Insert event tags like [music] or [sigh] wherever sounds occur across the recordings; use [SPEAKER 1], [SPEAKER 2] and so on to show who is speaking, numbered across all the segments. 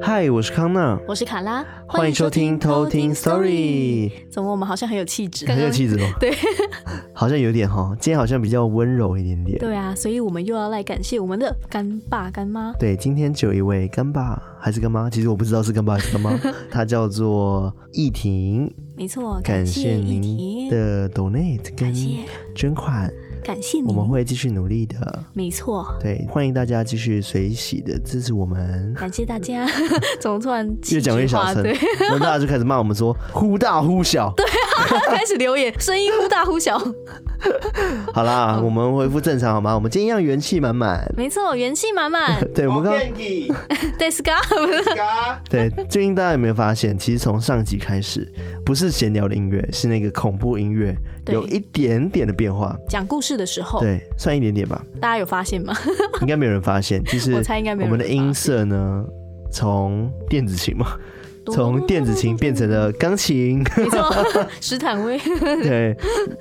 [SPEAKER 1] 嗨，我是康娜，
[SPEAKER 2] 我是卡拉，
[SPEAKER 1] 欢迎收听偷听 Story。
[SPEAKER 2] 怎么我们好像很有气质？
[SPEAKER 1] 很有气质哦，
[SPEAKER 2] 对，
[SPEAKER 1] [laughs] 好像有点哈，今天好像比较温柔一点点。
[SPEAKER 2] 对啊，所以我们又要来感谢我们的干爸干妈。
[SPEAKER 1] 对，今天就有一位干爸还是干妈，其实我不知道是干爸还是干 [laughs] 妈，他叫做易婷，
[SPEAKER 2] 没错，
[SPEAKER 1] 感谢
[SPEAKER 2] 一
[SPEAKER 1] 您
[SPEAKER 2] 婷，
[SPEAKER 1] 的 donate 跟
[SPEAKER 2] 感谢
[SPEAKER 1] 捐款，
[SPEAKER 2] 感谢
[SPEAKER 1] 我
[SPEAKER 2] 您，
[SPEAKER 1] 们会继续努力的。
[SPEAKER 2] 没错，
[SPEAKER 1] 对，欢迎大家继续随喜的支持我们。
[SPEAKER 2] 感谢大家。怎么突然
[SPEAKER 1] 越讲越小
[SPEAKER 2] 情绪化
[SPEAKER 1] 声，
[SPEAKER 2] 对，
[SPEAKER 1] 然后大家就开始骂我们说忽大忽小。
[SPEAKER 2] 开始留言，声音忽大忽小。
[SPEAKER 1] [laughs] 好啦，我们恢复正常好吗？我们今天要元气满满。
[SPEAKER 2] 没错，元气满满。
[SPEAKER 1] 对，我们刚
[SPEAKER 3] 元気
[SPEAKER 2] 对 Scar，
[SPEAKER 3] が
[SPEAKER 1] 对，最近大家有没有发现，其实从上集开始，不是闲聊的音乐，是那个恐怖音乐
[SPEAKER 2] 对哦
[SPEAKER 1] 有一点点的变化。
[SPEAKER 2] 讲故事的时候，
[SPEAKER 1] 对，算一点点
[SPEAKER 2] [laughs]
[SPEAKER 1] 吧，
[SPEAKER 2] 大家有发现吗？
[SPEAKER 1] 应该没有人发现。就是
[SPEAKER 2] 我猜应该没
[SPEAKER 1] 我
[SPEAKER 2] 有
[SPEAKER 1] 们
[SPEAKER 2] 人
[SPEAKER 1] 的音色呢，从电子琴嘛，从电子琴变成了钢
[SPEAKER 2] [laughs]
[SPEAKER 1] 琴。
[SPEAKER 2] 没错，史坦威。
[SPEAKER 1] 对，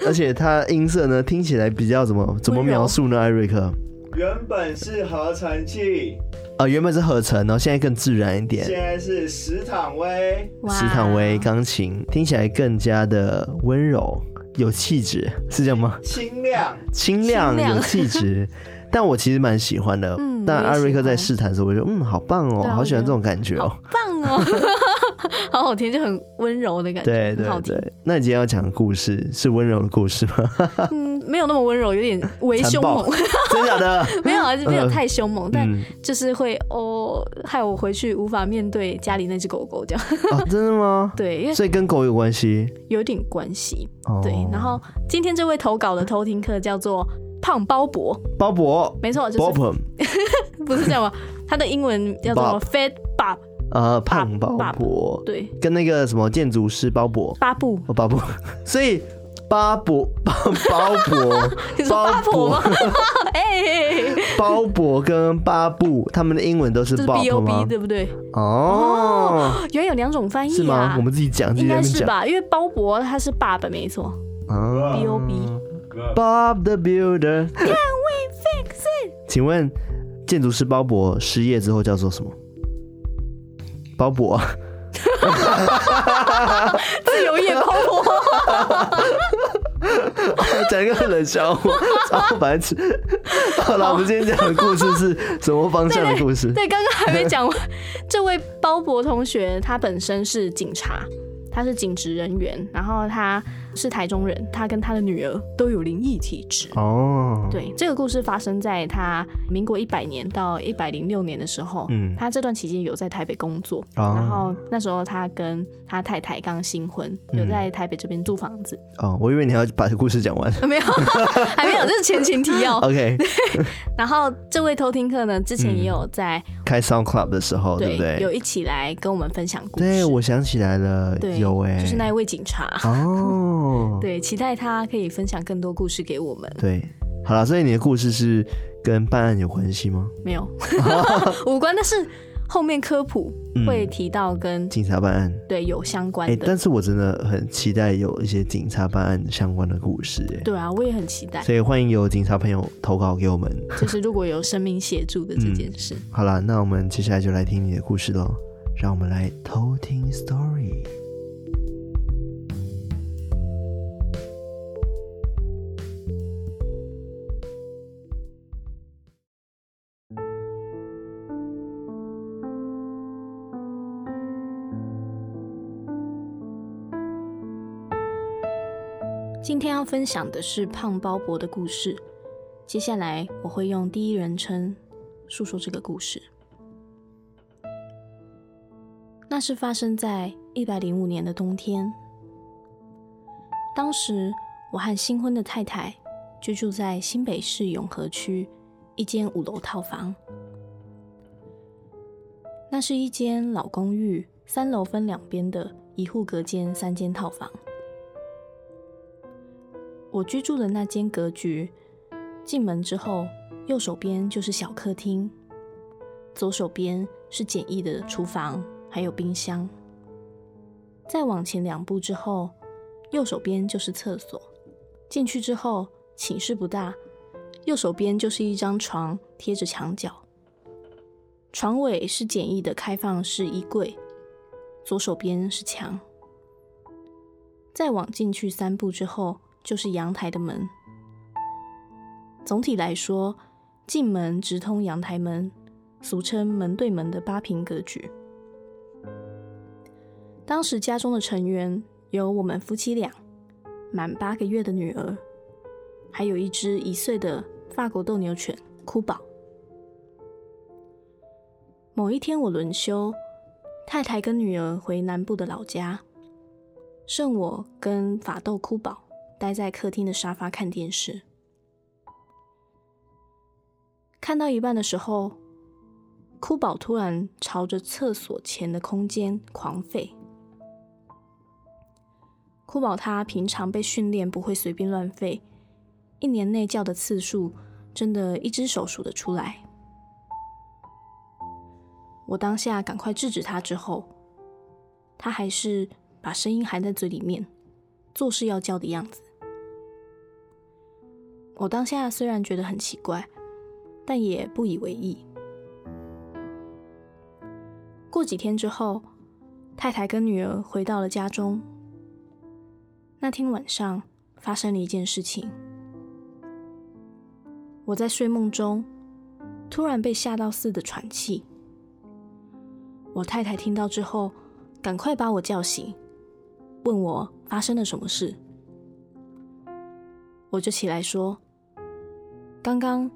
[SPEAKER 1] 而且它音色呢，听起来比较怎么怎么
[SPEAKER 2] 温柔
[SPEAKER 1] 描述呢？艾瑞克，
[SPEAKER 3] 原本是合成器，
[SPEAKER 1] 呃，原本是合成，然后现在更自然一点
[SPEAKER 3] 现。在是石坦威。
[SPEAKER 2] 哇
[SPEAKER 1] 斯坦威钢琴听起来更加的温柔，有气质，是这样
[SPEAKER 2] [laughs]
[SPEAKER 1] 吗？
[SPEAKER 3] 清亮，
[SPEAKER 1] 清亮
[SPEAKER 2] 清亮
[SPEAKER 1] 有气
[SPEAKER 2] [laughs]
[SPEAKER 1] 质，但我其实蛮喜欢的。
[SPEAKER 2] 嗯
[SPEAKER 1] 但
[SPEAKER 2] 我也
[SPEAKER 1] 艾瑞
[SPEAKER 2] 喜
[SPEAKER 1] 克在
[SPEAKER 2] 欢
[SPEAKER 1] 试探的时候，我就嗯，好棒哦，
[SPEAKER 2] 对啊
[SPEAKER 1] 好喜欢
[SPEAKER 2] 我觉得
[SPEAKER 1] 这种感觉哦。
[SPEAKER 2] 棒哦，好好听，就很温柔的感觉，
[SPEAKER 1] 对
[SPEAKER 2] 很好
[SPEAKER 1] 对
[SPEAKER 2] 听。
[SPEAKER 1] 对，那你今天要讲的故事是温柔的故
[SPEAKER 2] [laughs]
[SPEAKER 1] 事吗？
[SPEAKER 2] 嗯，没有那么温柔，
[SPEAKER 1] [laughs]
[SPEAKER 2] 有点微
[SPEAKER 1] 残
[SPEAKER 2] 凶
[SPEAKER 1] 暴
[SPEAKER 2] 猛， [laughs]
[SPEAKER 1] 真假的？[laughs]
[SPEAKER 2] 没有啊，没有
[SPEAKER 1] 呃
[SPEAKER 2] 太凶猛，但
[SPEAKER 1] 嗯，
[SPEAKER 2] 就是会哦，害我回去无法面对家里那只狗狗这样。 [laughs]
[SPEAKER 1] 哦，真的吗？
[SPEAKER 2] 对，因为
[SPEAKER 1] 所以跟狗有关系。
[SPEAKER 2] 有点关系。
[SPEAKER 1] 哦，
[SPEAKER 2] 对，然后今天这位投稿的偷听客叫做胖包伯，
[SPEAKER 1] 鲍勃
[SPEAKER 2] 没错，就是
[SPEAKER 1] ，Bob，
[SPEAKER 2] [laughs] 不是
[SPEAKER 1] [laughs]
[SPEAKER 2] 这样吗？他的英文叫做
[SPEAKER 1] Bob
[SPEAKER 2] Fat Bob，
[SPEAKER 1] 呃，胖鲍
[SPEAKER 2] Bob
[SPEAKER 1] 勃，
[SPEAKER 2] 对，
[SPEAKER 1] 跟那个什么建筑师鲍勃，
[SPEAKER 2] 巴布，
[SPEAKER 1] 哦，鲍勃， [laughs] 所以巴勃巴鲍勃
[SPEAKER 2] [laughs] 你说
[SPEAKER 1] 鲍
[SPEAKER 2] 巴婆
[SPEAKER 1] 勃
[SPEAKER 2] 吗？ [laughs] 哎，
[SPEAKER 1] 鲍勃跟巴布，他们的英文都是
[SPEAKER 2] 这是
[SPEAKER 1] Bob
[SPEAKER 2] B O
[SPEAKER 1] 吗
[SPEAKER 2] B？对不对？
[SPEAKER 1] 哦，
[SPEAKER 2] 原来有两种翻译啊，
[SPEAKER 1] 是吗？我们自己讲，自己
[SPEAKER 2] 应
[SPEAKER 1] 在
[SPEAKER 2] 该
[SPEAKER 1] 那边
[SPEAKER 2] 是
[SPEAKER 1] 讲。
[SPEAKER 2] 吧，因为鲍勃他是爸爸没错
[SPEAKER 1] 啊
[SPEAKER 2] ，B O B。
[SPEAKER 1] Bob the Builder，Can we fix it？请问建筑师鲍勃失业之后叫做什么？鲍勃，
[SPEAKER 2] 自由业鲍勃，
[SPEAKER 1] [laughs] 讲一个冷笑
[SPEAKER 2] [laughs]
[SPEAKER 1] 话，超白痴。好了，我们今天讲的故事是什么方向的故事？
[SPEAKER 2] [laughs] 对，刚刚还没讲完。 [laughs] 这位鲍勃同学他本身是警察，他是警职人员，然后他是台中人，他跟他的女儿都有灵异体质。
[SPEAKER 1] 哦，
[SPEAKER 2] 对，这个故事发生在他民国一百年到一百零六年的时候。
[SPEAKER 1] 嗯
[SPEAKER 2] 他这段期间有在台北工作，
[SPEAKER 1] 哦
[SPEAKER 2] 然后那时候他跟他太太刚新婚，有
[SPEAKER 1] 嗯
[SPEAKER 2] 在台北这边租房子。 [laughs]
[SPEAKER 1] 哦，我以为你要把故事讲完。
[SPEAKER 2] 没有， [laughs] 还没有，这是前情提
[SPEAKER 1] [laughs]
[SPEAKER 2] 要。
[SPEAKER 1] OK，
[SPEAKER 2] 然后这位偷听客呢，之前也有在、
[SPEAKER 1] 开 Sound Club 的时候，嗯哦对不对？
[SPEAKER 2] 有一起来跟我们分享故事。
[SPEAKER 1] 对，我想起来了，
[SPEAKER 2] 对
[SPEAKER 1] 有哎、
[SPEAKER 2] 就是那一位警察。 [laughs]
[SPEAKER 1] 哦，
[SPEAKER 2] 对，期待他可以分享更多故事给我们。
[SPEAKER 1] 对，好了，所以你的故事是跟办案有关系吗？
[SPEAKER 2] 没
[SPEAKER 1] [laughs]
[SPEAKER 2] 有无关，但是后面科普会提到跟、
[SPEAKER 1] 嗯警察办案，
[SPEAKER 2] 对有相关
[SPEAKER 1] 哎、
[SPEAKER 2] 的。
[SPEAKER 1] 嗯但是我真的很期待有一些警察办案相关的故事、哎，
[SPEAKER 2] 对啊，我也很期待，
[SPEAKER 1] 所以欢迎有警察朋友投稿给我们。
[SPEAKER 2] 就是如果有生命协助的这件事。
[SPEAKER 1] 好了，那我们接下来就来听你的故事喽，让我们来偷听 story。
[SPEAKER 2] 今天要分享的是胖鲍勃的故事。接下来我会用第一人称述说这个故事。那是发生在一百零五年的冬天，当时我和新婚的太太居住在新北市永和区一间五楼套房。那是一间老公寓，三楼分两边的一户隔间三间套房。我居住的那间格局，进门之后，右手边就是小客厅，左手边是简易的厨房，还有冰箱。再往前两步之后，右手边就是厕所。进去之后，寝室不大，右手边就是一张床贴着墙角，床尾是简易的开放式衣柜，左手边是墙。再往进去三步之后，就是阳台的门。总体来说，进门直通阳台门，俗称门对门的八平格局。当时家中的成员有我们夫妻俩，满八个月的女儿，还有一只一岁的法国斗牛犬酷宝。某一天我轮休，太太跟女儿回南部的老家，剩我跟法斗酷宝待在客厅的沙发看电视。看到一半的时候，酷宝突然朝着厕所前的空间狂吠。酷宝他平常被训练不会随便乱吠，一年内叫的次数真的一只手数得出来。我当下赶快制止他之后，他还是把声音含在嘴里面，做事要叫的样子。我当下虽然觉得很奇怪，但也不以为意。过几天之后，太太跟女儿回到了家中。那天晚上发生了一件事情，我在睡梦中突然被吓到似的喘气。我太太听到之后，赶快把我叫醒，问我发生了什么事。我就起来说：“刚刚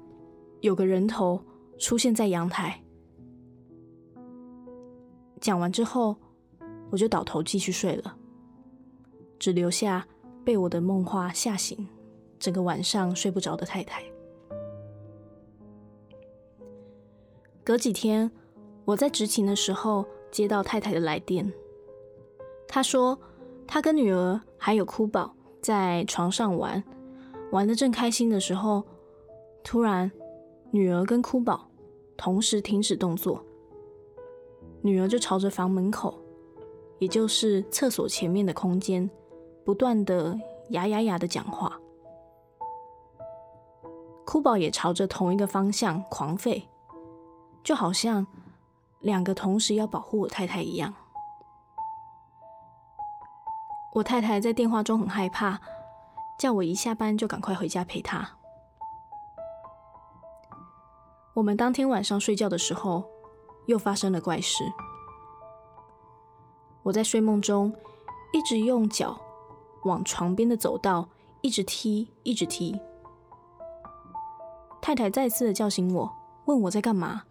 [SPEAKER 2] 有个人头出现在阳台。”讲完之后，我就倒头继续睡了，只留下被我的梦话吓醒，整个晚上睡不着的太太。隔几天，我在执勤的时候接到太太的来电，她说她跟女儿还有哭宝在床上玩，玩的正开心的时候，突然女儿跟哭宝同时停止动作。女儿就朝着房门口，也就是厕所前面的空间，不断的呀呀呀的讲话。哭宝也朝着同一个方向狂吠，就好像两个同时要保护我太太一样。我太太在电话中很害怕，叫我一下班就赶快回家陪她。我们当天晚上睡觉的时候。又发生了怪事。我在睡梦中一直用脚往床边的走道一直踢，一直踢。太太再次的叫醒我，问我在干嘛。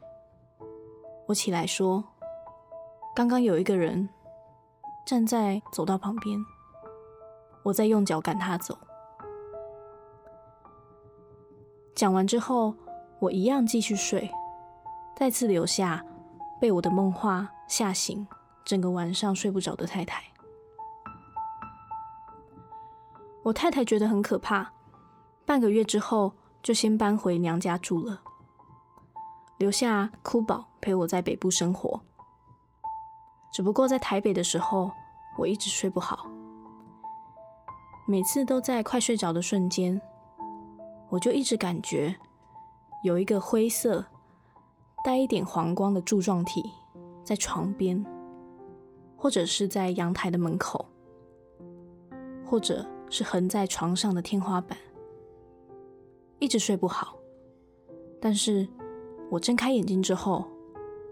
[SPEAKER 2] 我起来说：“刚刚有一个人站在走道旁边，我在用脚赶他走。”讲完之后，我一样继续睡，再次留下。被我的梦话吓醒，整个晚上睡不着的太太。我太太觉得很可怕，半个月之后就先搬回娘家住了，留下哭宝陪我在北部生活。只不过在台北的时候，我一直睡不好，每次都在快睡着的瞬间，我就一直感觉有一个灰色。带一点黄光的柱状体，在床边，或者是在阳台的门口，或者是横在床上的天花板，一直睡不好。但是我睁开眼睛之后，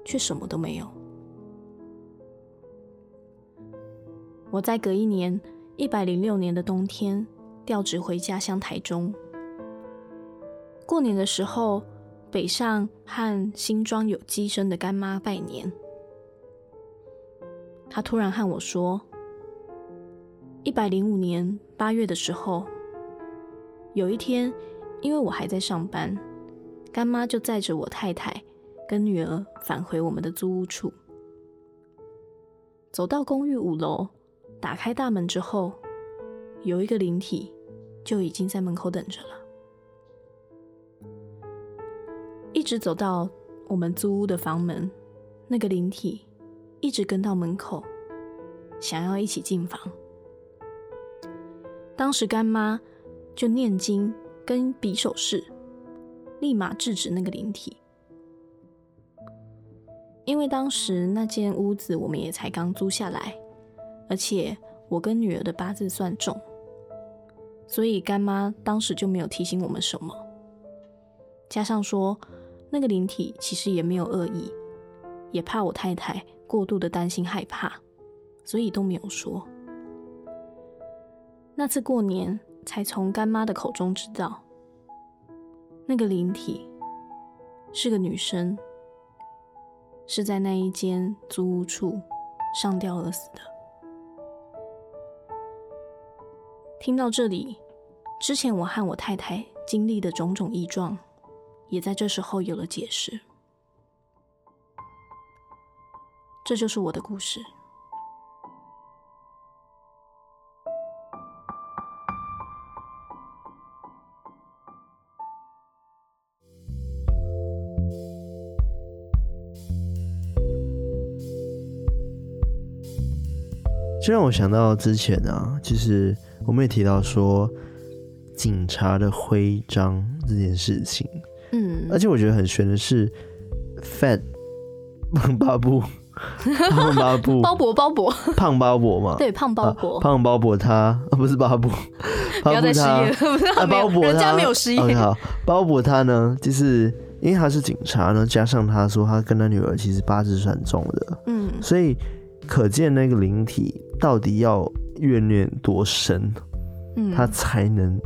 [SPEAKER 2] 却什么都没有。我在隔一年一百零六年的冬天调职回家乡台中，过年的时候。北上和新庄有机生的干妈拜年，她突然和我说：“一百零五年八月的时候，有一天，因为我还在上班，干妈就载着我太太跟女儿返回我们的租屋处。走到公寓五楼，打开大门之后，有一个灵体就已经在门口等着了。”一直走到我们租屋的房门，那个灵体一直跟到门口，想要一起进房。当时干妈就念经跟比手势，立马制止那个灵体。因为当时那间屋子我们也才刚租下来，而且我跟女儿的八字算重，所以干妈当时就没有提醒我们什么。加上说，那个灵体其实也没有恶意，也怕我太太过度的担心害怕，所以都没有说。那次过年才从干妈的口中知道，那个灵体是个女生，是在那一间租屋处上吊而死的。听到这里，之前我和我太太经历的种种异状，也在这时候有了解释。这就是我的故事。
[SPEAKER 1] 这让我想到之前啊，就是我们也提到说警察的徽章这件事情，
[SPEAKER 2] 嗯
[SPEAKER 1] 而，且我觉得很悬的是，Fat [laughs] 胖巴
[SPEAKER 2] [laughs]
[SPEAKER 1] 布，胖巴布，
[SPEAKER 2] 包勃包勃，
[SPEAKER 1] 胖巴勃嘛，
[SPEAKER 2] 对，胖包
[SPEAKER 1] 啊
[SPEAKER 2] 勃，
[SPEAKER 1] 胖包勃他啊不是巴布，
[SPEAKER 2] 不要
[SPEAKER 1] 巴
[SPEAKER 2] 再
[SPEAKER 1] 布
[SPEAKER 2] 失
[SPEAKER 1] 他
[SPEAKER 2] 业了， [laughs] 不知道
[SPEAKER 1] 啊，
[SPEAKER 2] 没
[SPEAKER 1] 包
[SPEAKER 2] 有，
[SPEAKER 1] 裹
[SPEAKER 2] 人
[SPEAKER 1] 他
[SPEAKER 2] 家没有失业。
[SPEAKER 1] OK，好，包裹他呢，就是因为他是警察呢，加上他说他跟他女儿其实八字算重的，
[SPEAKER 2] 嗯，
[SPEAKER 1] 所以可见那个灵体到底要怨念多深，
[SPEAKER 2] 嗯，
[SPEAKER 1] 他才能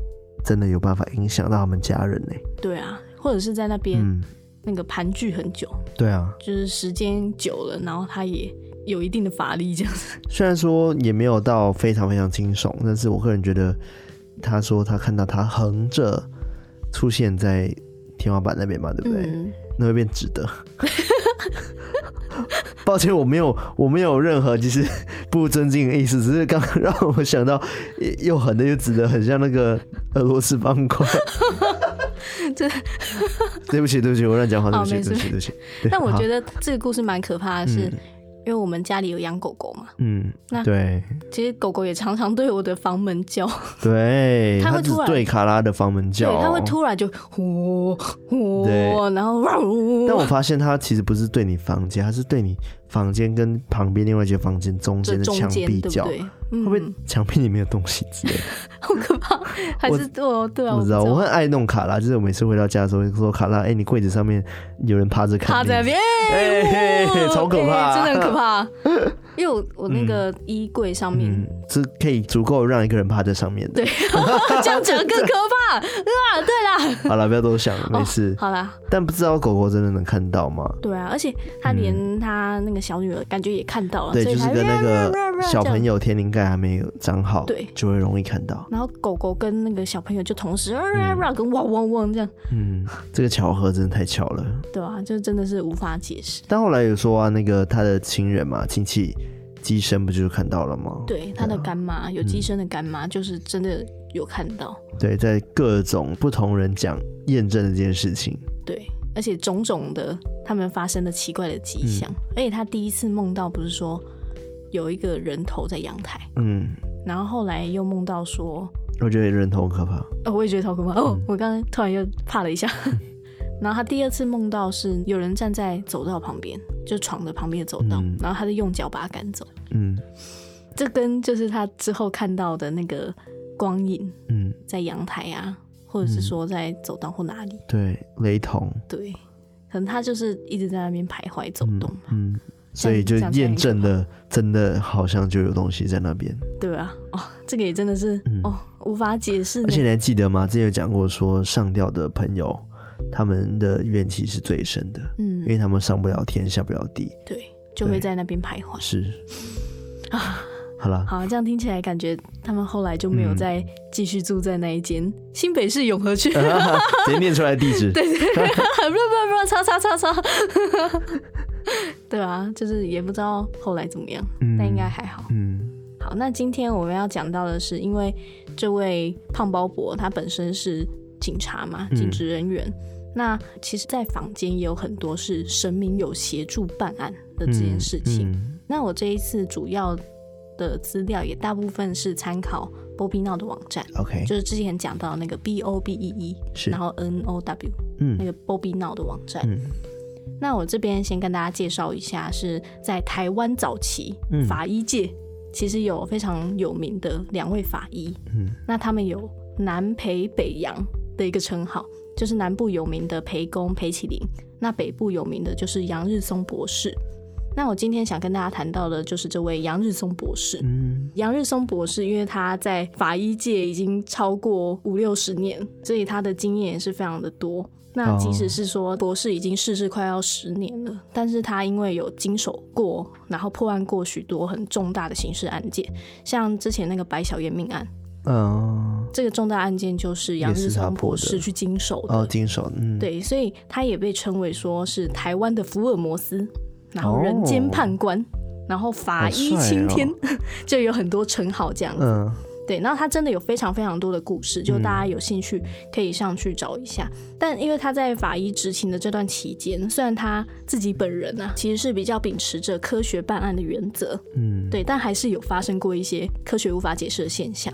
[SPEAKER 1] 真的有办法影响到他们家人呢、
[SPEAKER 2] 对啊，或者是在那边、
[SPEAKER 1] 嗯，
[SPEAKER 2] 那个盘踞很久，
[SPEAKER 1] 对啊，
[SPEAKER 2] 就是时间久了，然后他也有一定的法力这样子。
[SPEAKER 1] 虽然说也没有到非常非常惊悚，但是我个人觉得，他说他看到他横着出现在天花板那边嘛， [laughs] 对不对？
[SPEAKER 2] 嗯，
[SPEAKER 1] 那会变直的。 [laughs] 抱歉，我没有，我没有任何就是 [laughs] 不尊敬的意思，只是刚刚让我想到又横的又直的，很像那个俄罗斯方块。
[SPEAKER 2] [laughs] 这
[SPEAKER 1] [laughs] 对不起，对不起，我乱讲话，对
[SPEAKER 2] 哦
[SPEAKER 1] 不起，
[SPEAKER 2] 没事
[SPEAKER 1] 对不起，对不起。对
[SPEAKER 2] 但我
[SPEAKER 1] 好
[SPEAKER 2] 觉得这个故事蛮可怕的是，
[SPEAKER 1] 嗯
[SPEAKER 2] 因为我们家里有养狗狗嘛，
[SPEAKER 1] 嗯
[SPEAKER 2] 那，
[SPEAKER 1] 对
[SPEAKER 2] 其实狗狗也常常对我的房门叫，
[SPEAKER 1] 对，
[SPEAKER 2] 它会
[SPEAKER 1] 只
[SPEAKER 2] 突然
[SPEAKER 1] 对卡拉的房门
[SPEAKER 2] 对
[SPEAKER 1] 叫，，
[SPEAKER 2] 它会。突然就呼呼
[SPEAKER 1] 对，
[SPEAKER 2] 然后哇呜
[SPEAKER 1] 但我发现它其实不是对你房间，它是对你房间跟旁边另外一间房间中
[SPEAKER 2] 这
[SPEAKER 1] 间的
[SPEAKER 2] 中
[SPEAKER 1] 墙
[SPEAKER 2] 间
[SPEAKER 1] 壁
[SPEAKER 2] 对不
[SPEAKER 1] 叫，
[SPEAKER 2] 对？
[SPEAKER 1] 会
[SPEAKER 2] 嗯，
[SPEAKER 1] 不会墙壁里面有东西之类的？
[SPEAKER 2] 好可怕？还是哦，对啊，
[SPEAKER 1] 我
[SPEAKER 2] 我
[SPEAKER 1] 知道，我很爱弄卡拉，就是我每次回到家的时候会说卡拉，哎、你柜子上面有人趴着看，
[SPEAKER 2] 趴在那，边，
[SPEAKER 1] 哎、嘿嘿
[SPEAKER 2] 哇
[SPEAKER 1] 超可怕、
[SPEAKER 2] 哎真的很可。
[SPEAKER 1] [laughs]
[SPEAKER 2] 怕。因为我我那个衣柜上面，
[SPEAKER 1] 嗯，这可以足够让一个人趴在上面
[SPEAKER 2] [laughs]
[SPEAKER 1] 的。
[SPEAKER 2] 对，这样讲更可怕啊！对啦，
[SPEAKER 1] 好了，不要多想了，没事。
[SPEAKER 2] 好啦，
[SPEAKER 1] 但不知道狗狗真的能看到吗？
[SPEAKER 2] 对啊，而且他连他那个小女儿感觉也看到
[SPEAKER 1] 嗯
[SPEAKER 2] 了，
[SPEAKER 1] 对，
[SPEAKER 2] 哦所
[SPEAKER 1] 就
[SPEAKER 2] 以
[SPEAKER 1] 是
[SPEAKER 2] 他
[SPEAKER 1] 跟那
[SPEAKER 2] 这样
[SPEAKER 1] 个小朋。友天灵盖还没有长好，
[SPEAKER 2] 对
[SPEAKER 1] 就会容易看到。
[SPEAKER 2] 然后狗狗跟那个小朋友就同时啊啊啊跟汪汪汪这样，
[SPEAKER 1] 嗯，这个巧合真的太巧了。
[SPEAKER 2] 对啊，就真的是无法解释。
[SPEAKER 1] 但后来有说啊，那个他的亲人嘛，亲戚机身不就是看到了吗？
[SPEAKER 2] 对，他的干妈有机身的干妈，就是真的有看到，
[SPEAKER 1] 对，在各种不同人讲验证了这件事情。
[SPEAKER 2] 对，而且种种的他们发生了奇怪的迹
[SPEAKER 1] 嗯
[SPEAKER 2] 象，而且他第一次梦到不是说有一个人头在阳台，
[SPEAKER 1] 嗯，
[SPEAKER 2] 然后后来又梦到说
[SPEAKER 1] 我觉得人头很可怕。
[SPEAKER 2] 哦，我也觉得好可怕
[SPEAKER 1] 嗯
[SPEAKER 2] 哦！我刚才突然又怕
[SPEAKER 1] [laughs]
[SPEAKER 2] 了一下。然后他第二次梦到是有人站在走道旁边，就床的旁边的走道，
[SPEAKER 1] 嗯
[SPEAKER 2] 然后他就用脚把他赶走。
[SPEAKER 1] 嗯
[SPEAKER 2] 这跟就是他之后看到的那个光影
[SPEAKER 1] 嗯，
[SPEAKER 2] 在阳台啊，或者是说在走道或哪里，
[SPEAKER 1] 对，雷同。
[SPEAKER 2] 对，可能他就是一直在那边徘徊走动吧，
[SPEAKER 1] 嗯，所以就验证了，真的好像就有东西在那边。
[SPEAKER 2] 对啊，哦，这个也真的是、哦无法解释
[SPEAKER 1] 嗯
[SPEAKER 2] 呢
[SPEAKER 1] 而且你还记得吗？之前有讲过说上吊的朋友，他们的怨气是最深的，因
[SPEAKER 2] 嗯，
[SPEAKER 1] 为他们上不了天，下不了地。
[SPEAKER 2] 对，就会在那边徘徊。
[SPEAKER 1] 是
[SPEAKER 2] [laughs]
[SPEAKER 1] 好了，
[SPEAKER 2] 好，这样听起来感觉他们后来就没有
[SPEAKER 1] 嗯嗯
[SPEAKER 2] 再继续住在那一间、新北市永和区，
[SPEAKER 1] [laughs]
[SPEAKER 2] 不不 [laughs]
[SPEAKER 1] 直接念出来地址。
[SPEAKER 2] 不，叉叉叉叉，对啊，就是也不知道后来怎么样，
[SPEAKER 1] 嗯
[SPEAKER 2] 但应该还好。
[SPEAKER 1] 嗯
[SPEAKER 2] 好，那今天我们要讲到的是，因为这位胖包伯他本身是警察嘛，
[SPEAKER 1] 嗯
[SPEAKER 2] 警职人员。那其实，在坊间也有很多是神明有协助办案的这件事情。
[SPEAKER 1] 嗯
[SPEAKER 2] 那我这一次主要的资料也大部分是参考波比闹的网站，
[SPEAKER 1] 嗯 OK，
[SPEAKER 2] 就是之前讲到那个 B O B E E，
[SPEAKER 1] 是
[SPEAKER 2] 然后 N O W 那
[SPEAKER 1] 嗯
[SPEAKER 2] 个波比闹的网站。
[SPEAKER 1] 嗯
[SPEAKER 2] 那我这边先跟大家介绍一下，是在台湾早期、
[SPEAKER 1] 嗯
[SPEAKER 2] 法医界其实有非常有名的两位法医，
[SPEAKER 1] 嗯，
[SPEAKER 2] 那他们有南裴北洋的一个称号，就是南部有名的裴公裴启林，那北部有名的就是杨日松博士。那我今天想跟大家谈到的就是这位杨日松博士，
[SPEAKER 1] 嗯，
[SPEAKER 2] 杨日松博士，因为他在法医界已经超过五六十年，所以他的经验也是非常的多。那
[SPEAKER 1] 哦
[SPEAKER 2] 即使是说博士已经逝世快要十年了，但是他因为有经手过，然后破案过许多很重大的刑事案件，像之前那个白小燕命案，
[SPEAKER 1] 嗯，
[SPEAKER 2] 这个重大案件就是杨日
[SPEAKER 1] 也是他
[SPEAKER 2] 松
[SPEAKER 1] 破的
[SPEAKER 2] 博士去经手的。
[SPEAKER 1] 哦，经手，嗯，，
[SPEAKER 2] 对，所以他也被称为说是台湾的福尔摩斯，然后人间判官，然后法医
[SPEAKER 1] 好帅
[SPEAKER 2] 青天，
[SPEAKER 1] 哦
[SPEAKER 2] 就有很多称号这样子。
[SPEAKER 1] 嗯，
[SPEAKER 2] 对，那他真的有非常非常多的故事，就大家有兴趣可以上去找一下。但因为他在法医执勤的这段期间，虽然他自己本人啊，其实是比较秉持着科学办案的原则，
[SPEAKER 1] 嗯，
[SPEAKER 2] 对，但还是有发生过一些科学无法解释的现象。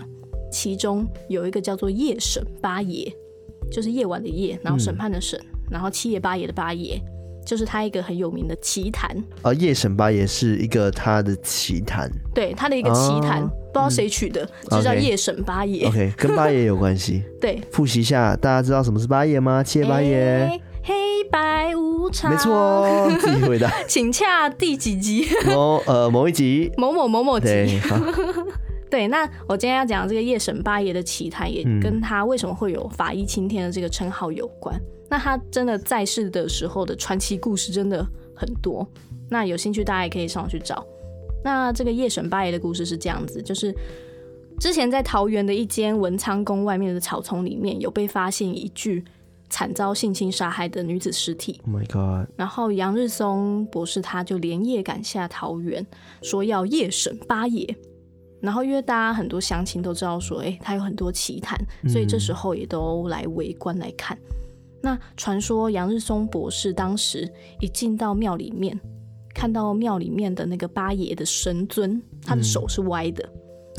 [SPEAKER 2] 其中有一个叫做夜审八爷，就是夜晚的夜，然后
[SPEAKER 1] 嗯
[SPEAKER 2] 审判的审，然后七爷八爷的八爷，就是他一个很有名的奇谈，
[SPEAKER 1] 啊，夜神吧也是一个他的奇谈
[SPEAKER 2] 对，他的一个奇谈，
[SPEAKER 1] 哦
[SPEAKER 2] 不知道谁取的，就叫
[SPEAKER 1] OK
[SPEAKER 2] 夜审八爷。
[SPEAKER 1] ，OK，跟八爷有关系。
[SPEAKER 2] 对，
[SPEAKER 1] 复习一下，大家知道什么是八爷吗？七爷八爷，
[SPEAKER 2] 哎黑白无常，
[SPEAKER 1] 没错，哦，自己回
[SPEAKER 2] [laughs]
[SPEAKER 1] 答。
[SPEAKER 2] 请洽第几集 [laughs]
[SPEAKER 1] 某呃某一集，
[SPEAKER 2] 某某某某集。
[SPEAKER 1] 对，好，，Oh
[SPEAKER 2] 对，那我今天要讲的这个夜神八爷的奇谈，也
[SPEAKER 1] 嗯
[SPEAKER 2] 跟他为什么会有法医青天的这个称号有关。那他真的在世的时候的传奇故事真的很多，那有兴趣大家也可以上去找。那这个夜神八爷的故事是这样子，就是之前在桃园的一间文昌宫外面的草丛里面，有被发现一具惨遭性侵杀害的女子尸体。
[SPEAKER 1] Oh my God，
[SPEAKER 2] 然后杨日松博士他就连夜赶下桃园，说要夜审八爷。然后因为大家很多乡亲都知道说，哎，他有很多奇谈，所以这时候也都来围观来看。那传说杨日松博士当时一进到庙里面，看到庙里面的那个八爷的神尊，他的手是歪的，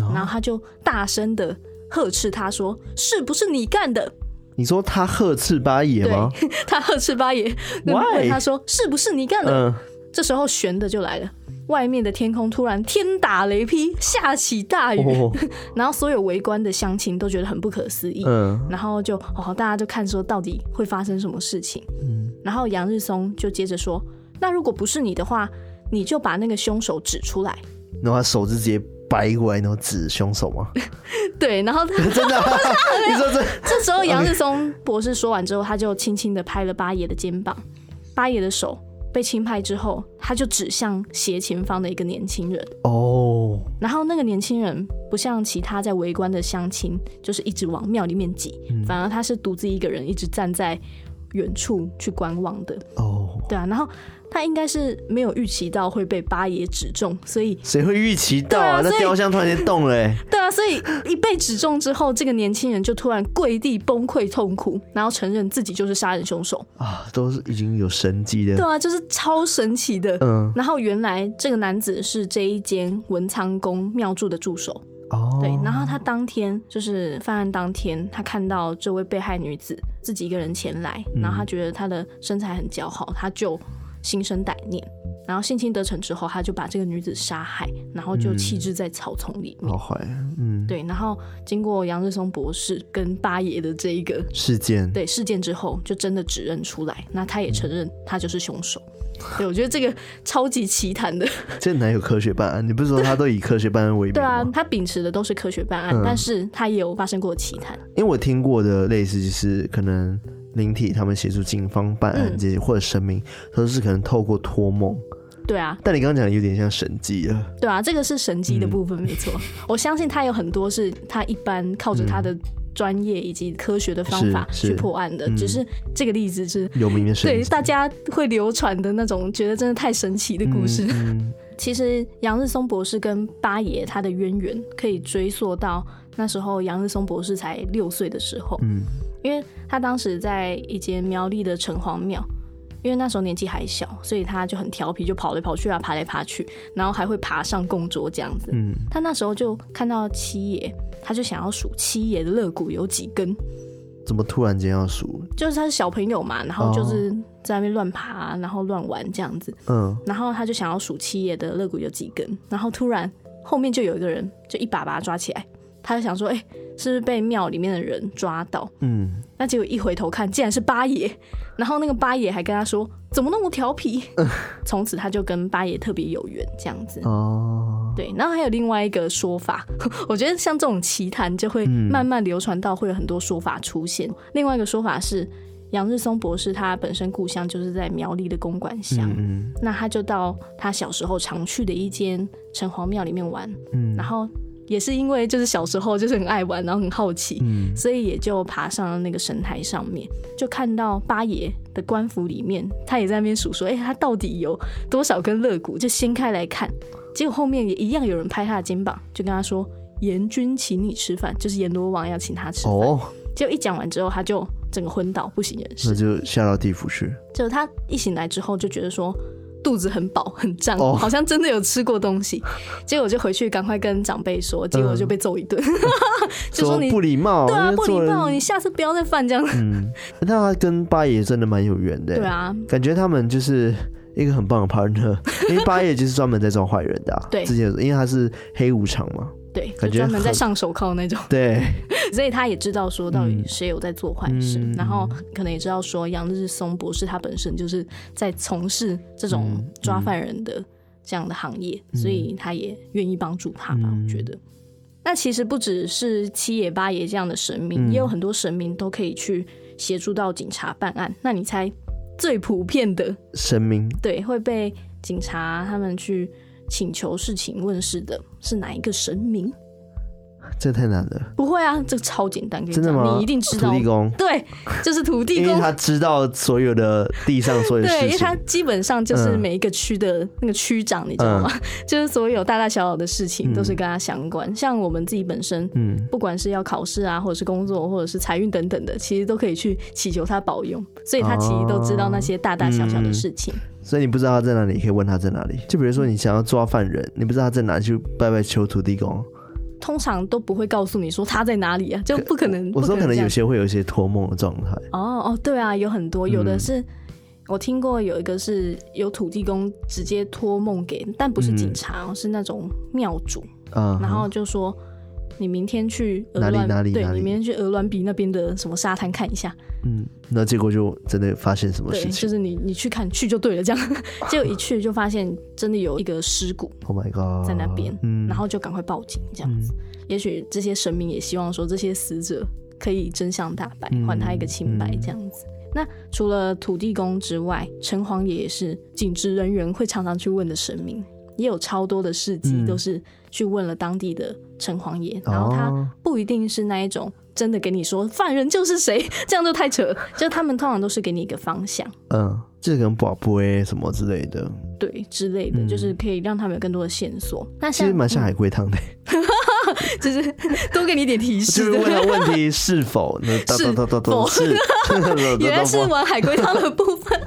[SPEAKER 1] 哦
[SPEAKER 2] 然后他就大声的呵斥他说：“是不是你干的？” [laughs]
[SPEAKER 1] 你说他呵斥八爷吗？
[SPEAKER 2] 他呵斥八爷，
[SPEAKER 1] Why？
[SPEAKER 2] 问他说：“是不是你干的？”
[SPEAKER 1] 嗯，
[SPEAKER 2] [laughs] 这时候悬的就来了，外面的天空突然天打雷劈，下起大雨，
[SPEAKER 1] 哦，
[SPEAKER 2] 然后所有围观的乡亲都觉得很不可思议，
[SPEAKER 1] 嗯，
[SPEAKER 2] 然后就哦，大家就看说到底会发生什么事情。
[SPEAKER 1] 嗯
[SPEAKER 2] 然后杨日松就接着说：“那如果不是你的话，你就把那个凶手指出来。 [laughs]
[SPEAKER 1] 然后他手就直接掰过来，然后指凶手吗？” [laughs]
[SPEAKER 2] 对，然后他
[SPEAKER 1] 真的啊、
[SPEAKER 2] [laughs]
[SPEAKER 1] 你说这
[SPEAKER 2] 这时候杨日松博士说完之后，他就轻轻的拍了八爷的肩膀，八爷的手被轻拍之后，他就指向斜前方的一个年轻人。
[SPEAKER 1] 哦，
[SPEAKER 2] 然后那个年轻人不像其他在围观的乡亲，就是一直往庙里面挤，反而他是独自一个人一直站在远处去观望的，
[SPEAKER 1] 哦，
[SPEAKER 2] 对啊。然后他应该是没有预期到会被八爷指中，所以
[SPEAKER 1] 谁会预期到啊？
[SPEAKER 2] 对啊所
[SPEAKER 1] 那
[SPEAKER 2] 以
[SPEAKER 1] 雕像突然间动了、
[SPEAKER 2] [laughs]
[SPEAKER 1] 欸，
[SPEAKER 2] 对啊，所以一被指中之后，这个年轻人就突然跪地崩溃痛哭，然后承认自己就是杀人凶手。
[SPEAKER 1] 啊，都是已经有神迹
[SPEAKER 2] 对
[SPEAKER 1] 的，
[SPEAKER 2] 啊，就是超神奇的。
[SPEAKER 1] 嗯，
[SPEAKER 2] 然后原来这个男子是这一间文昌宫庙祝的助手，
[SPEAKER 1] 哦，
[SPEAKER 2] 对，然后他当天就是犯案当天，他看到这位被害女子自己一个人前来，然后他觉得她的身材很姣好，他就心生歹念，然后性侵得逞之后，他就把这个女子杀害，然后就弃置在草丛里面。
[SPEAKER 1] 好坏，嗯，
[SPEAKER 2] 对，然后经过杨日松博士跟八爷的这一个
[SPEAKER 1] 事件，
[SPEAKER 2] 对事件之后，就真的指认出来，那他也承认他就是凶手。对，我觉得这个超级奇谈的。
[SPEAKER 1] 这哪有科学办案？你不是说他都以科学办案为名
[SPEAKER 2] 对啊
[SPEAKER 1] 吗？，
[SPEAKER 2] 他秉持的都是科学办案，但是他也有发生过奇谈。
[SPEAKER 1] 因为我听过的类似就是可能灵体他们协助警方办案
[SPEAKER 2] 嗯
[SPEAKER 1] 这些、或者神明，都是可能透过托梦，
[SPEAKER 2] 对啊，
[SPEAKER 1] 但你刚刚讲的有点像神迹了，
[SPEAKER 2] 对啊，这个是神
[SPEAKER 1] 嗯
[SPEAKER 2] 机的部分，
[SPEAKER 1] [laughs]
[SPEAKER 2] 没错。我相信他有很多是他一般靠着他的专业以及科学的方法
[SPEAKER 1] 嗯是嗯
[SPEAKER 2] 去
[SPEAKER 1] 是
[SPEAKER 2] 破案的，只是这个例子是。
[SPEAKER 1] 有名的
[SPEAKER 2] 对
[SPEAKER 1] 神迹，
[SPEAKER 2] 大家会流传的那种，觉得真的太神奇的故事。
[SPEAKER 1] 嗯，
[SPEAKER 2] 其实杨日松博士跟八爷他的渊源可以追溯到那时候杨日松博士才六岁的时候，
[SPEAKER 1] 嗯
[SPEAKER 2] 因为他当时在一间苗栗的城隍庙，因为那时候年纪还小，所以他就很调皮，就跑来跑去啊，爬来爬去，然后还会爬上供桌这样子。
[SPEAKER 1] 嗯
[SPEAKER 2] 他那时候就看到七爷，他就想要数七爷的肋骨有几根，
[SPEAKER 1] 嗯怎么突然间要数？
[SPEAKER 2] 就是他是小朋友嘛，然
[SPEAKER 1] 哦
[SPEAKER 2] 后就是在那边乱爬，啊然后乱玩这样子，
[SPEAKER 1] 嗯，
[SPEAKER 2] 然后他就想要数七叶的肋骨有几根，然后突然后面就有一个人就一把把他抓起来，他就想说，哎、是不是被庙里面的人抓到？
[SPEAKER 1] 嗯，
[SPEAKER 2] 那结果一回头看，竟然是八爷，然后那个八爷还跟他说，怎么那么调皮？从此他就跟八爷特别有缘这样子。
[SPEAKER 1] 哦，
[SPEAKER 2] 对，然后还有另外一个说法， [laughs] 我觉得像这种奇谈就会慢慢流传到，会有很多说法出现。另外一个说法是，杨日松博士他本身故乡就是在苗栗的公馆乡，
[SPEAKER 1] 嗯
[SPEAKER 2] 那他就到他小时候常去的一间城隍庙里面玩，
[SPEAKER 1] 嗯
[SPEAKER 2] 然后也是因为就是小时候就是很爱玩，然后很好奇，
[SPEAKER 1] 嗯
[SPEAKER 2] 所以也就爬上了那个神台上面，就看到八爷的官服里面，他也在那边数说，哎、他到底有多少根肋骨？就掀开来看，结果后面也一样有人拍他的肩膀，就跟他说：“阎君请你吃饭，就是阎罗王要请他吃饭。
[SPEAKER 1] 哦，
[SPEAKER 2] 结果一讲完之后，他就整个昏倒，不省人
[SPEAKER 1] 那
[SPEAKER 2] 事。
[SPEAKER 1] 就下到地府去。
[SPEAKER 2] 就他一醒来之后，就觉得说。肚子很饱很胀
[SPEAKER 1] 哦
[SPEAKER 2] 好像真的有吃过
[SPEAKER 1] [laughs]
[SPEAKER 2] 东西。结果我就回去赶快跟长辈说，结果就被揍一
[SPEAKER 1] [laughs]
[SPEAKER 2] 顿，就说
[SPEAKER 1] 说
[SPEAKER 2] 你
[SPEAKER 1] 不礼貌，
[SPEAKER 2] 对啊
[SPEAKER 1] 因为
[SPEAKER 2] 不
[SPEAKER 1] 做
[SPEAKER 2] 礼
[SPEAKER 1] 人
[SPEAKER 2] 貌，你下次不要再犯这样。
[SPEAKER 1] 嗯，那他跟八爷真的蛮有缘的。欸
[SPEAKER 2] 对，啊，
[SPEAKER 1] 感觉他们就是一个很棒的 partner，因
[SPEAKER 2] [laughs]
[SPEAKER 1] 为八爷就是专门在抓坏人的、啊。
[SPEAKER 2] 对
[SPEAKER 1] 之前有因为他是黑无常嘛，
[SPEAKER 2] 对，就
[SPEAKER 1] 感觉
[SPEAKER 2] 专门在
[SPEAKER 1] 很
[SPEAKER 2] 上手铐那种，
[SPEAKER 1] 对，
[SPEAKER 2] 所以他也知道说到底谁有在做坏事，
[SPEAKER 1] 嗯
[SPEAKER 2] 然后可能也知道说杨日松博士他本身就是在从事这种
[SPEAKER 1] 嗯
[SPEAKER 2] 抓犯人的这样的行业，
[SPEAKER 1] 嗯
[SPEAKER 2] 所以他也愿意帮助他吧，
[SPEAKER 1] 嗯
[SPEAKER 2] 我觉得。那其实不只是七爷八爷这样的神明，
[SPEAKER 1] 嗯
[SPEAKER 2] 也有很多神明都可以去协助到警察办案。那你猜最普遍的，
[SPEAKER 1] 神明
[SPEAKER 2] 对，会被警察他们去请求事情问世的是哪一个神明？
[SPEAKER 1] 这太难了，
[SPEAKER 2] 不会啊，这个超简单，跟你
[SPEAKER 1] 真的
[SPEAKER 2] 讲
[SPEAKER 1] 吗？
[SPEAKER 2] 你一定知道
[SPEAKER 1] 土。地公，
[SPEAKER 2] 对，就是土地
[SPEAKER 1] 因为
[SPEAKER 2] 公。
[SPEAKER 1] 他知道所有的地上所有的
[SPEAKER 2] 对，
[SPEAKER 1] 事
[SPEAKER 2] 因为
[SPEAKER 1] 情
[SPEAKER 2] 他。基本上就是
[SPEAKER 1] 嗯
[SPEAKER 2] 每一个区的那个区长，你知道吗？ [laughs] 就是所有大大小小的事情
[SPEAKER 1] 嗯
[SPEAKER 2] 都是跟他相关。像我们自己本身，
[SPEAKER 1] 嗯，
[SPEAKER 2] 不管是要考试啊，或者是工作，或者是财运等等的，其实都可以去祈求他保佑。所以他其实都知道那些大大小
[SPEAKER 1] 哦嗯
[SPEAKER 2] 小的事情。
[SPEAKER 1] 所以你不知道他在哪里，可以问他在哪里。就比如说你想要抓犯人，你不知道他在哪，就拜拜求土地公。
[SPEAKER 2] 通常都不会告诉你说他在哪里啊，就不可能。
[SPEAKER 1] 我说
[SPEAKER 2] 不
[SPEAKER 1] 可能
[SPEAKER 2] 这样
[SPEAKER 1] 有些会有一些托梦的状态，
[SPEAKER 2] 哦哦，对啊，有很多，有的
[SPEAKER 1] 嗯
[SPEAKER 2] 是、我听过有一个是有土地公直接托梦给，但不是警察哦，是那种庙主，
[SPEAKER 1] 嗯，
[SPEAKER 2] 然后就说。你明天去鹅
[SPEAKER 1] 哪里
[SPEAKER 2] 銮
[SPEAKER 1] 哪里
[SPEAKER 2] 对
[SPEAKER 1] 哪
[SPEAKER 2] 你
[SPEAKER 1] 里
[SPEAKER 2] 明天去鹅銮鼻那边的什么沙滩看一下，
[SPEAKER 1] 嗯，那结果就真的发现什么
[SPEAKER 2] 对，
[SPEAKER 1] 事
[SPEAKER 2] 就
[SPEAKER 1] 情
[SPEAKER 2] 是你你去看去就对了，这样， [laughs] 结果一去就发现真的有一个尸骨，
[SPEAKER 1] ？Oh my god，
[SPEAKER 2] 在那边
[SPEAKER 1] 嗯，
[SPEAKER 2] 然后就赶快报警这样子。也许这些神明也希望说这些死者可以真相大白，
[SPEAKER 1] 嗯
[SPEAKER 2] 还他一个清白这样子。那除了土地公之外，城隍爷也是警职人员会常常去问的神明，也有超多的事迹
[SPEAKER 1] 嗯
[SPEAKER 2] 都是去问了当地的城隍爷，然后他
[SPEAKER 1] 哦
[SPEAKER 2] 不一定是那一种真的给你说犯人就是谁，这样就太
[SPEAKER 1] [laughs]
[SPEAKER 2] 扯。就他们通常都是给你一个方向。
[SPEAKER 1] 嗯，这个人宝贝什么之类的，
[SPEAKER 2] 对之类的，
[SPEAKER 1] 嗯
[SPEAKER 2] 就是可以让他们有更多的线索。那
[SPEAKER 1] 其
[SPEAKER 2] 像
[SPEAKER 1] 实蛮像海龟汤的。
[SPEAKER 2] [laughs] 就是多给你一点提
[SPEAKER 1] 就
[SPEAKER 2] 示
[SPEAKER 1] 是
[SPEAKER 2] 的。
[SPEAKER 1] 问他问题是否，那哒
[SPEAKER 2] 是
[SPEAKER 1] 哒哒哒哒
[SPEAKER 2] 否
[SPEAKER 1] 是，
[SPEAKER 2] 原
[SPEAKER 1] 原
[SPEAKER 2] 来是玩海龟汤的
[SPEAKER 1] [laughs]
[SPEAKER 2] 部分。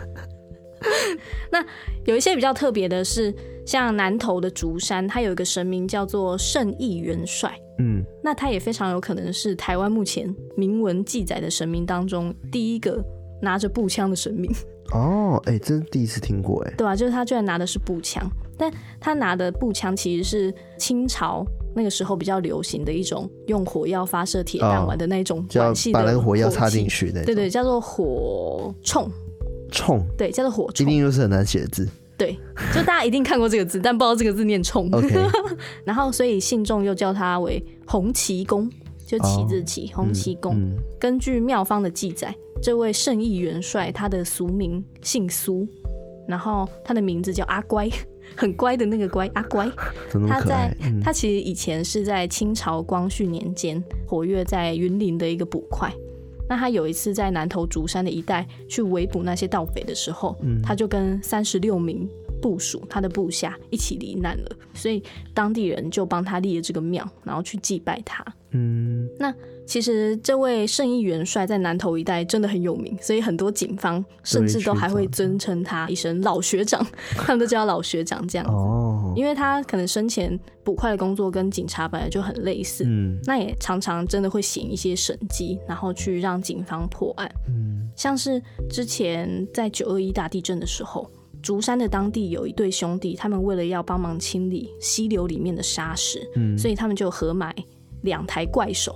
[SPEAKER 2] 那有一些比较特别的是，像南投的竹山，它有一个神明叫做圣义元帅，
[SPEAKER 1] 嗯
[SPEAKER 2] 那他也非常有可能是台湾目前铭文记载的神明当中第一个拿着步枪的神明， [laughs]
[SPEAKER 1] 哦，哎，真第一次听过哎，
[SPEAKER 2] 对吧、啊就是他居然拿的是步枪，但他拿的步枪其实是清朝。那个时候比较流行的一种用火药发射铁弹
[SPEAKER 1] 哦
[SPEAKER 2] 丸的那种
[SPEAKER 1] 就要
[SPEAKER 2] 短系的
[SPEAKER 1] 把那个火药插
[SPEAKER 2] 器
[SPEAKER 1] 进，去那种，
[SPEAKER 2] 对对，，叫做火铳，
[SPEAKER 1] 冲，
[SPEAKER 2] 对，叫做火
[SPEAKER 1] 一
[SPEAKER 2] 铳。
[SPEAKER 1] 定又是很难写的字。
[SPEAKER 2] 对，就大家一定看过这个字，但不知道这个字念冲。
[SPEAKER 1] OK，
[SPEAKER 2] [laughs] 然后，所以信众又叫它为红旗公，就旗字旗、红旗公。
[SPEAKER 1] 嗯
[SPEAKER 2] 根据庙方的记载，这位圣义元帅他的俗名姓苏，然后他的名字叫阿乖，很乖的那个乖阿乖。
[SPEAKER 1] 怎么那
[SPEAKER 2] 他
[SPEAKER 1] 么可爱嗯
[SPEAKER 2] 在？他其实以前是在清朝光绪年间活跃在云林的一个捕快。那他有一次在南投竹山的一带去围捕那些盗匪的时候，
[SPEAKER 1] 嗯
[SPEAKER 2] 他就跟三十六名部属他的部下一起罹难了，所以当地人就帮他立了这个庙，然后去祭拜他。
[SPEAKER 1] 嗯，
[SPEAKER 2] 其实这位圣义元帅在南投一带真的很有名，所以很多警 [laughs] 方甚至都还会尊称他一声老学长，他们都叫他老学长这样
[SPEAKER 1] 嗯
[SPEAKER 2] 子。
[SPEAKER 1] 哦，
[SPEAKER 2] 因为他可能生前捕快的工作跟警察本来就很类似，
[SPEAKER 1] 嗯
[SPEAKER 2] 那也常常真的会行一些神迹，然后去让警方破案。
[SPEAKER 1] 嗯
[SPEAKER 2] 像是之前在九二一大地震的时候，竹山的当地有一对兄弟，他们为了要帮忙清理溪流里面的沙石，
[SPEAKER 1] 嗯，
[SPEAKER 2] 所以他们就合买两台怪手。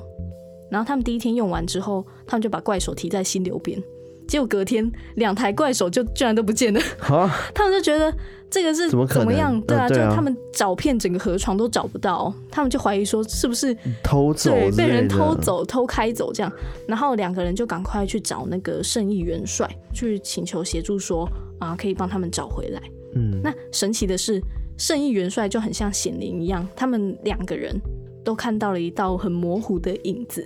[SPEAKER 2] 然后他们第一天用完之后，他们就把怪手提在溪流边，结果隔天两台怪手就居然都不见了。
[SPEAKER 1] 好，
[SPEAKER 2] 他们就觉得这个是
[SPEAKER 1] 怎么可能
[SPEAKER 2] 么样？
[SPEAKER 1] 嗯
[SPEAKER 2] 对啊，
[SPEAKER 1] 对啊
[SPEAKER 2] 就是他们找遍整个河床都找不到，他们就怀疑说是不是
[SPEAKER 1] 偷走
[SPEAKER 2] 对
[SPEAKER 1] 之
[SPEAKER 2] 被
[SPEAKER 1] 类
[SPEAKER 2] 人
[SPEAKER 1] 的
[SPEAKER 2] 偷，走、偷开走这样。然后两个人就赶快去找那个圣义元帅，去请求协助说啊，可以帮他们找回来。
[SPEAKER 1] 嗯，
[SPEAKER 2] 那神奇的是，圣义元帅就很像显灵一样，他们两个人都看到了一道很模糊的影子。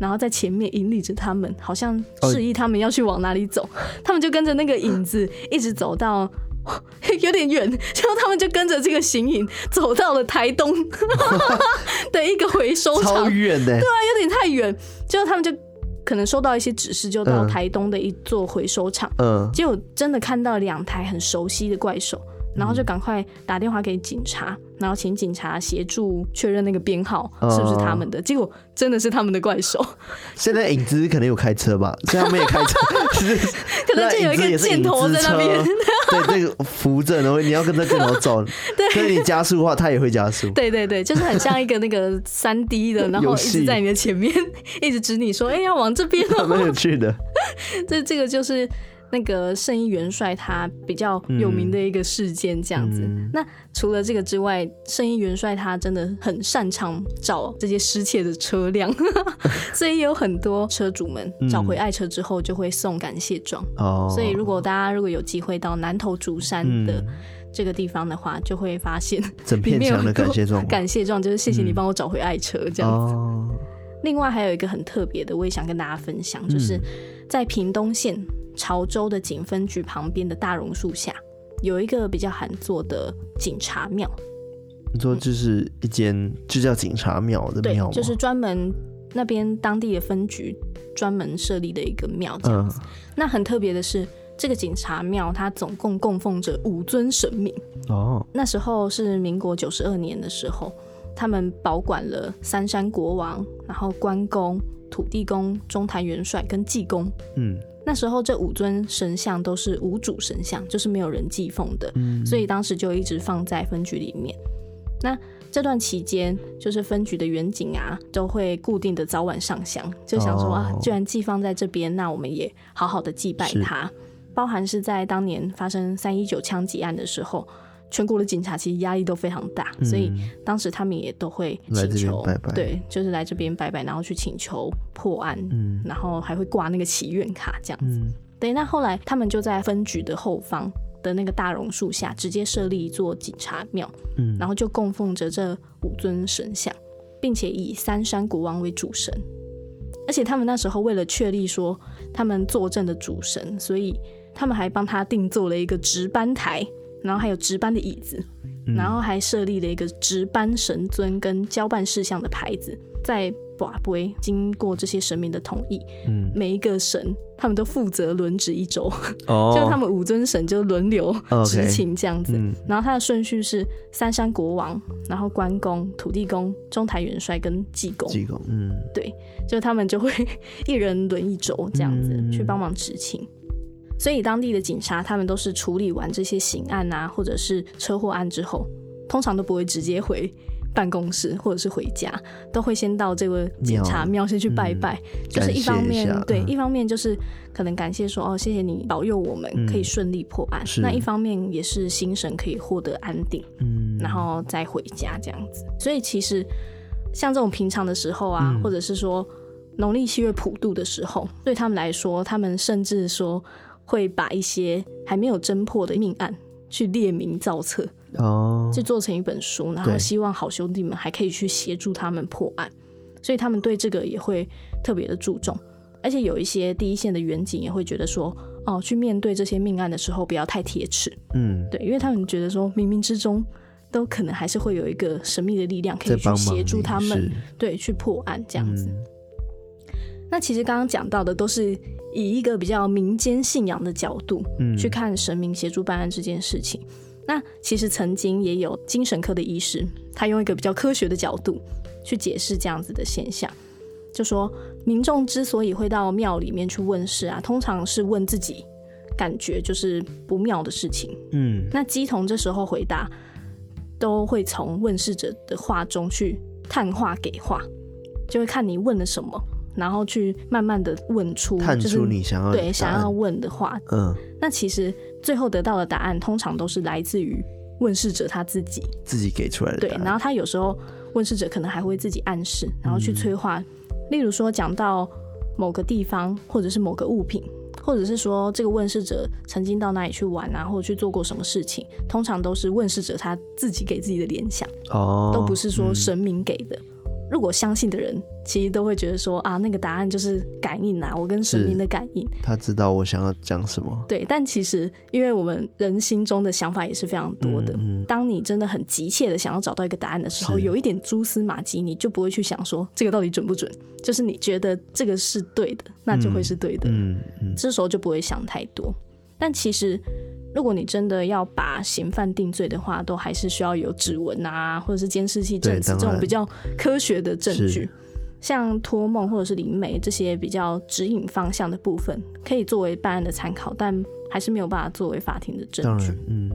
[SPEAKER 2] 然后在前面引领着他们，好像
[SPEAKER 1] 哦
[SPEAKER 2] 示意他们要去往哪里走，他们就跟着那个影子一直走到 [laughs] 有点远，然后他们就跟着这个形影走到了台东 [laughs] 的一个回收厂
[SPEAKER 1] 超，远的，
[SPEAKER 2] 有点太远，结果他们就可能收到一些指示，就到
[SPEAKER 1] 嗯
[SPEAKER 2] 台东的一座回收厂，
[SPEAKER 1] 嗯
[SPEAKER 2] 结果真的看到两台很熟悉的怪兽，然后就赶快打电话给警察，然后请警察协助确认那个编号
[SPEAKER 1] 哦
[SPEAKER 2] 是不是他们的，结果真的是他们的怪兽，
[SPEAKER 1] 现在影子可能有开车
[SPEAKER 2] [laughs]
[SPEAKER 1] 吧，所以他们也开车，可
[SPEAKER 2] 可能就有一个箭头在那边。
[SPEAKER 1] 对，那个扶着，然后你要跟着箭头
[SPEAKER 2] [laughs]
[SPEAKER 1] 走，所以你加速的话，它也会加速。
[SPEAKER 2] [laughs] 对对对，就是很像一个那个三 D 的，然
[SPEAKER 1] [laughs]
[SPEAKER 2] 后
[SPEAKER 1] 游
[SPEAKER 2] 一
[SPEAKER 1] 戏
[SPEAKER 2] 直在你的前面， [laughs] 一直指你说，哎、要往这边哦、
[SPEAKER 1] 蛮有趣的，
[SPEAKER 2] 这这个就是那个圣医元帅他比较有名的一个事件，这样子。
[SPEAKER 1] 嗯
[SPEAKER 2] 那除了这个之外，圣医元帅他真的很擅长找这些失窃的车辆， [laughs] 所以有很多车主们找回爱车之后就会送感谢状。
[SPEAKER 1] 嗯哦，
[SPEAKER 2] 所以如果大家如果有机会到南投竹山的这个地方的话，就会发现
[SPEAKER 1] 嗯整
[SPEAKER 2] 里
[SPEAKER 1] 片
[SPEAKER 2] 面有
[SPEAKER 1] 墙的
[SPEAKER 2] 很多
[SPEAKER 1] 感谢状，
[SPEAKER 2] 感谢状就是谢谢你
[SPEAKER 1] 嗯
[SPEAKER 2] 帮我找回爱车这样子。
[SPEAKER 1] 哦，
[SPEAKER 2] 另外还有一个很特别的，我也想跟大家分享，
[SPEAKER 1] 嗯
[SPEAKER 2] 就是在屏东县潮州的警分局旁边的大榕树下，有一个比较罕做的警察庙，
[SPEAKER 1] 你说就是一间就叫警察庙的
[SPEAKER 2] 对
[SPEAKER 1] 庙，吗？嗯
[SPEAKER 2] 就是专门那边当地的分局专门设立的一个庙这样
[SPEAKER 1] 嗯
[SPEAKER 2] 子。那很特别的是，这个警察庙它总共供奉着五尊神明，
[SPEAKER 1] 哦，
[SPEAKER 2] 那时候是民国九十二年的时候，他们保管了三山国王，然后关公、土地公、中坛元帅跟济公。
[SPEAKER 1] 嗯
[SPEAKER 2] 那时候这五尊神像都是无主神像，就是没有人祭奉的，
[SPEAKER 1] 嗯，
[SPEAKER 2] 所以当时就一直放在分局里面。那这段期间，就是分局的远景啊，都会固定的早晚上香，就想说、
[SPEAKER 1] 哦
[SPEAKER 2] 啊，既然寄放在这边，那我们也好好的祭拜
[SPEAKER 1] 是
[SPEAKER 2] 它。包含是在当年发生三一九枪击案的时候，全国的警察其实压力都非常大，所以
[SPEAKER 1] 嗯
[SPEAKER 2] 当时他们也都会
[SPEAKER 1] 来
[SPEAKER 2] 请
[SPEAKER 1] 这边
[SPEAKER 2] 求，
[SPEAKER 1] 拜拜
[SPEAKER 2] 对，就是来这边拜拜，然后去请求破案，
[SPEAKER 1] 嗯
[SPEAKER 2] 然后还会挂那个祈愿卡这样子。
[SPEAKER 1] 嗯
[SPEAKER 2] 对，那后来他们就在分局的后方的那个大榕树下，直接设立一座警察庙，
[SPEAKER 1] 嗯，
[SPEAKER 2] 然后就供奉着这五尊神像，并且以三山国王为主神。而且他们那时候为了确立说他们坐镇的主神，所以他们还帮他定做了一个值班台，然后还有值班的椅子，
[SPEAKER 1] 嗯
[SPEAKER 2] 然后还设立了一个值班神尊跟交办事项的牌子，在寡杯经过这些神明的同意，
[SPEAKER 1] 嗯
[SPEAKER 2] 每一个神他们都负责轮值一周，
[SPEAKER 1] 哦，
[SPEAKER 2] 就他们五尊神就轮流
[SPEAKER 1] OK
[SPEAKER 2] 执勤这样子。
[SPEAKER 1] 嗯
[SPEAKER 2] 然后他的顺序是三山国王，然后关公、土地公、中台元帅跟济公，
[SPEAKER 1] 济公，嗯
[SPEAKER 2] 就他们就会 [laughs] 一人轮一周这样子、
[SPEAKER 1] 嗯
[SPEAKER 2] 去帮忙执勤。所以当地的警察他们都是处理完这些刑案啊，或者是车祸案之后，通常都不会直接回办公室或者是回家，都会先到这个警察庙先去拜拜，就是一方
[SPEAKER 1] 嗯感
[SPEAKER 2] 面
[SPEAKER 1] 谢一下
[SPEAKER 2] 对，
[SPEAKER 1] 嗯
[SPEAKER 2] 一方面就是可能感谢说哦，谢谢你保佑我们
[SPEAKER 1] 嗯
[SPEAKER 2] 可以顺利破案，
[SPEAKER 1] 是
[SPEAKER 2] 那一方面也是心神可以获得安定。
[SPEAKER 1] 嗯，
[SPEAKER 2] 然后再回家这样子。所以其实像这种平常的时候啊，
[SPEAKER 1] 嗯
[SPEAKER 2] 或者是说农历七月普渡的时候，对他们来说，他们甚至说会把一些还没有侦破的命案。去列名造册，
[SPEAKER 1] 哦，
[SPEAKER 2] 就做成一本书，然后
[SPEAKER 1] 对
[SPEAKER 2] 希望好兄弟们还可以去协助他们破案，所以他们对这个也会特别的注重，而且有一些第一线的远景也会觉得说，哦，去面对这些命案的时候不要太铁齿，
[SPEAKER 1] 嗯，
[SPEAKER 2] 对，因为他们觉得说，冥冥之中都可能还是会有一个神秘的力量可
[SPEAKER 1] 在
[SPEAKER 2] 以去
[SPEAKER 1] 帮忙
[SPEAKER 2] 协助
[SPEAKER 1] 你
[SPEAKER 2] 他们
[SPEAKER 1] 是，
[SPEAKER 2] 对，去破案这样子。
[SPEAKER 1] 嗯
[SPEAKER 2] 那其实刚刚讲到的都是以一个比较民间信仰的角度、
[SPEAKER 1] 嗯
[SPEAKER 2] 去看神明协助办案这件事情。那其实曾经也有精神科的医师，他用一个比较科学的角度去解释这样子的现象，就说民众之所以会到庙里面去问事啊，通常是问自己感觉就是不妙的事情。
[SPEAKER 1] 嗯，
[SPEAKER 2] 那鸡童这时候回答，都会从问世者的话中去探话给话，就会看你问了什么，然后去慢慢的问出，
[SPEAKER 1] 探
[SPEAKER 2] 就是
[SPEAKER 1] 出你想要的
[SPEAKER 2] 对
[SPEAKER 1] 答
[SPEAKER 2] 想
[SPEAKER 1] 案
[SPEAKER 2] 要问的话，
[SPEAKER 1] 嗯
[SPEAKER 2] 那其实最后得到的答案，通常都是来自于问世者他自己。
[SPEAKER 1] 自己给出来的
[SPEAKER 2] 对
[SPEAKER 1] 答，案，
[SPEAKER 2] 然后他有时候问世者可能还会自己暗示，然
[SPEAKER 1] 嗯
[SPEAKER 2] 后去催化。例如说，讲到某个地方，或者是某个物品，或者是说这个问世者曾经到哪里去玩啊，或者去做过什么事情，通常都是问世者他自己给自己的联想，
[SPEAKER 1] 哦，
[SPEAKER 2] 都不是说神明给的。如果相信的人，其实都会觉得说啊，那个答案就是感应啊，我跟神明的感应。
[SPEAKER 1] 他知道我想要讲什么，
[SPEAKER 2] 对，但其实因为我们人心中的想法也是非常多的。
[SPEAKER 1] 嗯嗯
[SPEAKER 2] 当你真的很急切的想要找到一个答案的时候，
[SPEAKER 1] 是
[SPEAKER 2] 有一点蛛丝马迹，你就不会去想说这个到底准不准，就是你觉得这个是对的，那就会是对的，
[SPEAKER 1] 嗯嗯，
[SPEAKER 2] 这时候就不会想太多。但其实，如果你真的要把嫌犯定罪的话，都还是需要有指纹啊，或者是监视器证
[SPEAKER 1] 对
[SPEAKER 2] 词
[SPEAKER 1] 当
[SPEAKER 2] 这种
[SPEAKER 1] 然
[SPEAKER 2] 比较科学的证据
[SPEAKER 1] 是。
[SPEAKER 2] 像托梦或者是灵媒这些比较指引方向的部分，可以作为办案的参考，但还是没有办法作为法庭的证
[SPEAKER 1] 当
[SPEAKER 2] 据
[SPEAKER 1] 然。，嗯，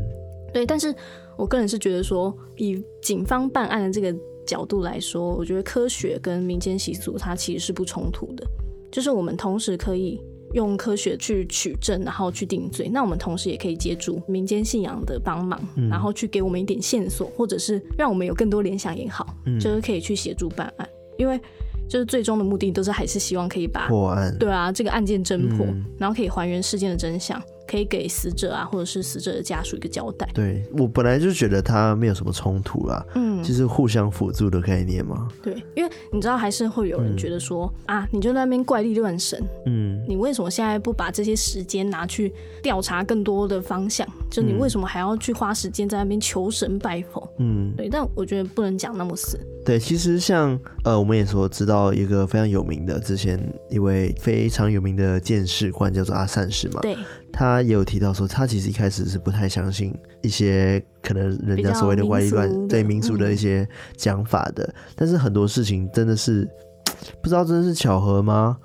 [SPEAKER 2] 对，但是我个人是觉得说，以警方办案的这个角度来说，我觉得科学跟民间习俗它其实是不冲突的，就是我们同时可以用科学去取证，然后去定罪。那我们同时也可以借助民间信仰的帮忙，
[SPEAKER 1] 嗯
[SPEAKER 2] 然后去给我们一点线索，或者是让我们有更多联想也好，
[SPEAKER 1] 嗯
[SPEAKER 2] 就是可以去协助办案，因为就是最终的目的都是还是希望可以把
[SPEAKER 1] 破案，
[SPEAKER 2] 对啊，这个案件侦破，
[SPEAKER 1] 嗯
[SPEAKER 2] 然后可以还原事件的真相，可以给死者啊或者是死者的家属一个交代。
[SPEAKER 1] 对我本来就觉得他没有什么冲突啦，
[SPEAKER 2] 嗯，
[SPEAKER 1] 就是互相辅助的概念嘛，
[SPEAKER 2] 对，因为你知道还是会有人觉得说、啊，你就在那边怪力乱神，
[SPEAKER 1] 嗯，
[SPEAKER 2] 你为什么现在不把这些时间拿去调查更多的方向？就你为什么还要去花时间在那边求神拜佛？
[SPEAKER 1] 嗯，
[SPEAKER 2] 对，但我觉得不能讲那么死。
[SPEAKER 1] 对，其实像呃，我们也所知道一个非常有名的，之前一位非常有名的剑士官叫做阿善士嘛，
[SPEAKER 2] 对，
[SPEAKER 1] 他也有提到说，他其实一开始是不太相信一些可能人家所谓的怪力
[SPEAKER 2] 比较民俗
[SPEAKER 1] 乱
[SPEAKER 2] 的
[SPEAKER 1] 对民俗的一些讲法的，但是很多事情真的是不知道真的是巧合吗？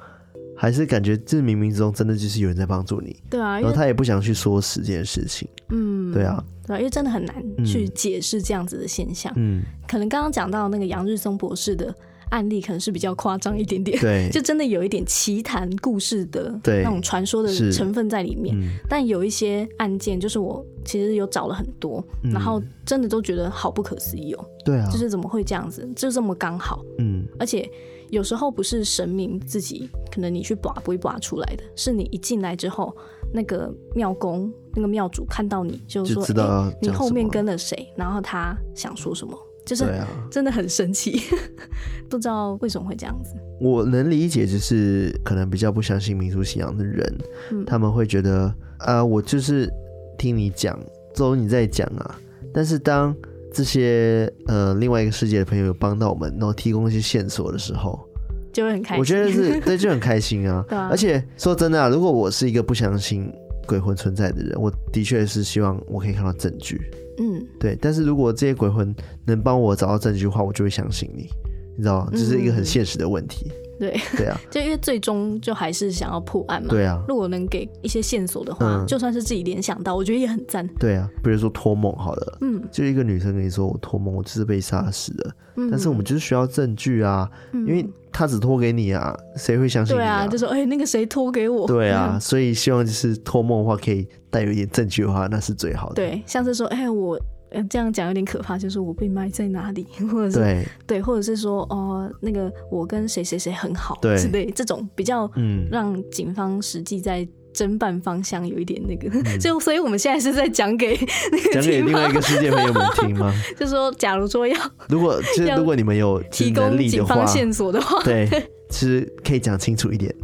[SPEAKER 1] 还是感觉这冥冥之中真的就是有人在帮助你，
[SPEAKER 2] 对啊，
[SPEAKER 1] 然
[SPEAKER 2] 因
[SPEAKER 1] 后
[SPEAKER 2] 为
[SPEAKER 1] 他也不想去说死这件事情。
[SPEAKER 2] 嗯，
[SPEAKER 1] 对啊，
[SPEAKER 2] 对啊，因为真的很难
[SPEAKER 1] 嗯
[SPEAKER 2] 去解释这样子的现象。
[SPEAKER 1] 嗯，
[SPEAKER 2] 可能刚刚讲到那个杨日松博士的案例，可能是比较夸张一点点。
[SPEAKER 1] 对，
[SPEAKER 2] [laughs] 就真的有一点奇谈故事的
[SPEAKER 1] 对
[SPEAKER 2] 那种传说的
[SPEAKER 1] 是
[SPEAKER 2] 成分在里面。
[SPEAKER 1] 嗯
[SPEAKER 2] 但有一些案件，就是我其实有找了很多，
[SPEAKER 1] 嗯
[SPEAKER 2] 然后真的都觉得好不可思议哦，
[SPEAKER 1] 对啊，
[SPEAKER 2] 就是怎么会这样子，就这么刚好，
[SPEAKER 1] 嗯，
[SPEAKER 2] 而且。有时候不是神明自己，可能你去拔不会拔出来的，是你一进来之后，那个庙公、那个庙主看到你，就
[SPEAKER 1] 就
[SPEAKER 2] 说：“
[SPEAKER 1] 知
[SPEAKER 2] 哎、
[SPEAKER 1] 道
[SPEAKER 2] 你
[SPEAKER 1] 讲
[SPEAKER 2] 后
[SPEAKER 1] 什
[SPEAKER 2] 面
[SPEAKER 1] 么
[SPEAKER 2] 跟了谁？”然后他想说什么，就是
[SPEAKER 1] 对啊，
[SPEAKER 2] 真的很神奇， [laughs] 不知道为什么会这样子。
[SPEAKER 1] 我能理解，就是可能比较不相信民俗信仰的人，
[SPEAKER 2] 嗯
[SPEAKER 1] 他们会觉得啊、我就是听你讲，都你在讲啊。但是当这些呃另外一个世界的朋友有帮到我们，然后提供一些线索的时候，
[SPEAKER 2] 就会很开心。
[SPEAKER 1] 我觉得是对，就很开心啊。
[SPEAKER 2] [laughs] 对啊
[SPEAKER 1] 而且说真的、啊，如果我是一个不相信鬼魂存在的人，我的确是希望我可以看到证据。
[SPEAKER 2] 嗯，
[SPEAKER 1] 对，但是如果这些鬼魂能帮我找到证据的话，我就会相信你。你知道吗？这是一个
[SPEAKER 2] 嗯嗯嗯
[SPEAKER 1] 很现实的问题。
[SPEAKER 2] 对，
[SPEAKER 1] 对啊，
[SPEAKER 2] 就因为最终就还是想要破案嘛。
[SPEAKER 1] 对啊。
[SPEAKER 2] 如果能给一些线索的话，
[SPEAKER 1] 嗯
[SPEAKER 2] 就算是自己联想到，我觉得也很赞。
[SPEAKER 1] 对啊，比如说托梦好了，
[SPEAKER 2] 嗯
[SPEAKER 1] 就一个女生跟你说我托梦，我就是被杀死的，
[SPEAKER 2] 嗯，
[SPEAKER 1] 但是我们就是需要证据啊，
[SPEAKER 2] 嗯
[SPEAKER 1] 因为她只托给你啊，谁会相信你
[SPEAKER 2] 对啊，就说哎、那个谁托给我？嗯
[SPEAKER 1] 对啊，所以希望就是托梦的话，可以带有一点证据的话，那是最好的。
[SPEAKER 2] [laughs] 对，像是说哎、我。呃这样讲有点可怕，就是我被埋在哪里， [laughs] 或者是
[SPEAKER 1] 对，
[SPEAKER 2] 对或者是说哦、那个我跟谁谁谁很好，
[SPEAKER 1] 对
[SPEAKER 2] 之类这种比较
[SPEAKER 1] 嗯，
[SPEAKER 2] 让警方实际在侦办方向有一点那个， [laughs] 就所以我们现在是在讲给那个
[SPEAKER 1] 嗯讲给
[SPEAKER 2] 警
[SPEAKER 1] 另外
[SPEAKER 2] 方
[SPEAKER 1] 一个世界朋友们听
[SPEAKER 2] [laughs]
[SPEAKER 1] 吗？
[SPEAKER 2] 就说假如说要
[SPEAKER 1] 如果其实
[SPEAKER 2] 要
[SPEAKER 1] 如果你们有
[SPEAKER 2] 提
[SPEAKER 1] 能
[SPEAKER 2] 供
[SPEAKER 1] 力的
[SPEAKER 2] 警
[SPEAKER 1] 话
[SPEAKER 2] 方，线索的话，
[SPEAKER 1] 对，其实可以讲清楚一点。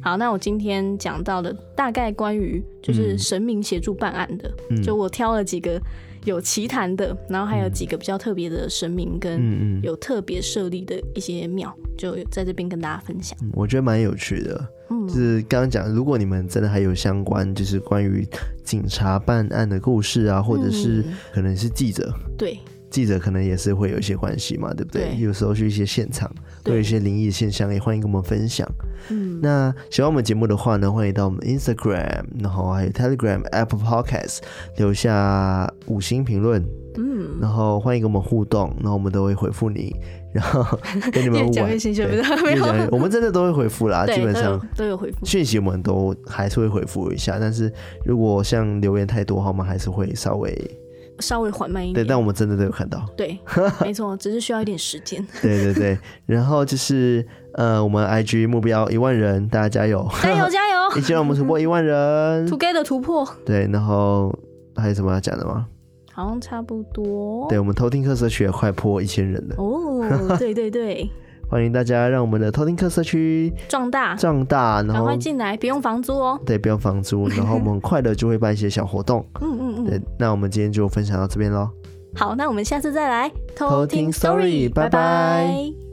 [SPEAKER 2] 好，那我今天讲到的大概关于就是神明协助办案的，
[SPEAKER 1] 嗯
[SPEAKER 2] 就我挑了几个有奇谈的，然后还有几个比较特别的神明跟
[SPEAKER 1] 嗯嗯
[SPEAKER 2] 有特别设立的一些庙，就在这边跟大家分享。
[SPEAKER 1] 嗯，我觉得蛮有趣的。
[SPEAKER 2] 嗯，
[SPEAKER 1] 就是刚刚讲，如果你们真的还有相关，就是关于警察办案的故事啊，或者是
[SPEAKER 2] 嗯
[SPEAKER 1] 可能是记者，
[SPEAKER 2] 对
[SPEAKER 1] 记者可能也是会有一些关系嘛，对不对？
[SPEAKER 2] 对
[SPEAKER 1] 有时候去一些现场，会有一
[SPEAKER 2] 对，
[SPEAKER 1] 些灵异现象，也欢迎跟我们分享。
[SPEAKER 2] 嗯，
[SPEAKER 1] 那喜欢我们节目的话呢，欢迎到我们 Instagram，然后还有 Telegram、Apple Podcast 留下五星评论，
[SPEAKER 2] 嗯，
[SPEAKER 1] 然后欢迎跟我们互动，然后我们都会回复你， [laughs] 然后跟你们
[SPEAKER 2] 越讲
[SPEAKER 1] 玩
[SPEAKER 2] 越心虚，不
[SPEAKER 1] 对
[SPEAKER 2] 是没
[SPEAKER 1] 越
[SPEAKER 2] 有
[SPEAKER 1] 讲越，我们真的都会回复啦，
[SPEAKER 2] 对
[SPEAKER 1] 啊基本
[SPEAKER 2] 都有
[SPEAKER 1] 上。
[SPEAKER 2] 都有回复，
[SPEAKER 1] 讯息我们都还是会回复一下，但是如果像留言太多的话，我们还是会稍微
[SPEAKER 2] 稍微缓慢一
[SPEAKER 1] 对，
[SPEAKER 2] 点，
[SPEAKER 1] 但我们真的都有看到， [laughs]
[SPEAKER 2] 对，没错，只是需要一点时间，
[SPEAKER 1] 对对对。 [laughs] 然后就是呃，我们 IG 目标一万人，大家加油， [laughs]
[SPEAKER 2] 加油加油
[SPEAKER 1] 也希望我们突破一万人。
[SPEAKER 2] ，together 突破，
[SPEAKER 1] 对，然后还有什么要讲的吗？
[SPEAKER 2] 好像差不多，
[SPEAKER 1] 对我们偷听课社区也快破一千人了，
[SPEAKER 2] 哦，对对
[SPEAKER 1] [laughs]
[SPEAKER 2] 对，
[SPEAKER 1] 欢迎大家让我们的偷听课社区
[SPEAKER 2] 壮大，
[SPEAKER 1] 壮大，然
[SPEAKER 2] 啊赶
[SPEAKER 1] 后
[SPEAKER 2] 快进来，别用房租哦，
[SPEAKER 1] 对不用房租，然后我们很快乐就会办一些小活动。
[SPEAKER 2] 嗯嗯嗯，
[SPEAKER 1] 对，那我们今天就分享到这边喽。
[SPEAKER 2] 好，那我们下次再来
[SPEAKER 1] 偷听 story，拜拜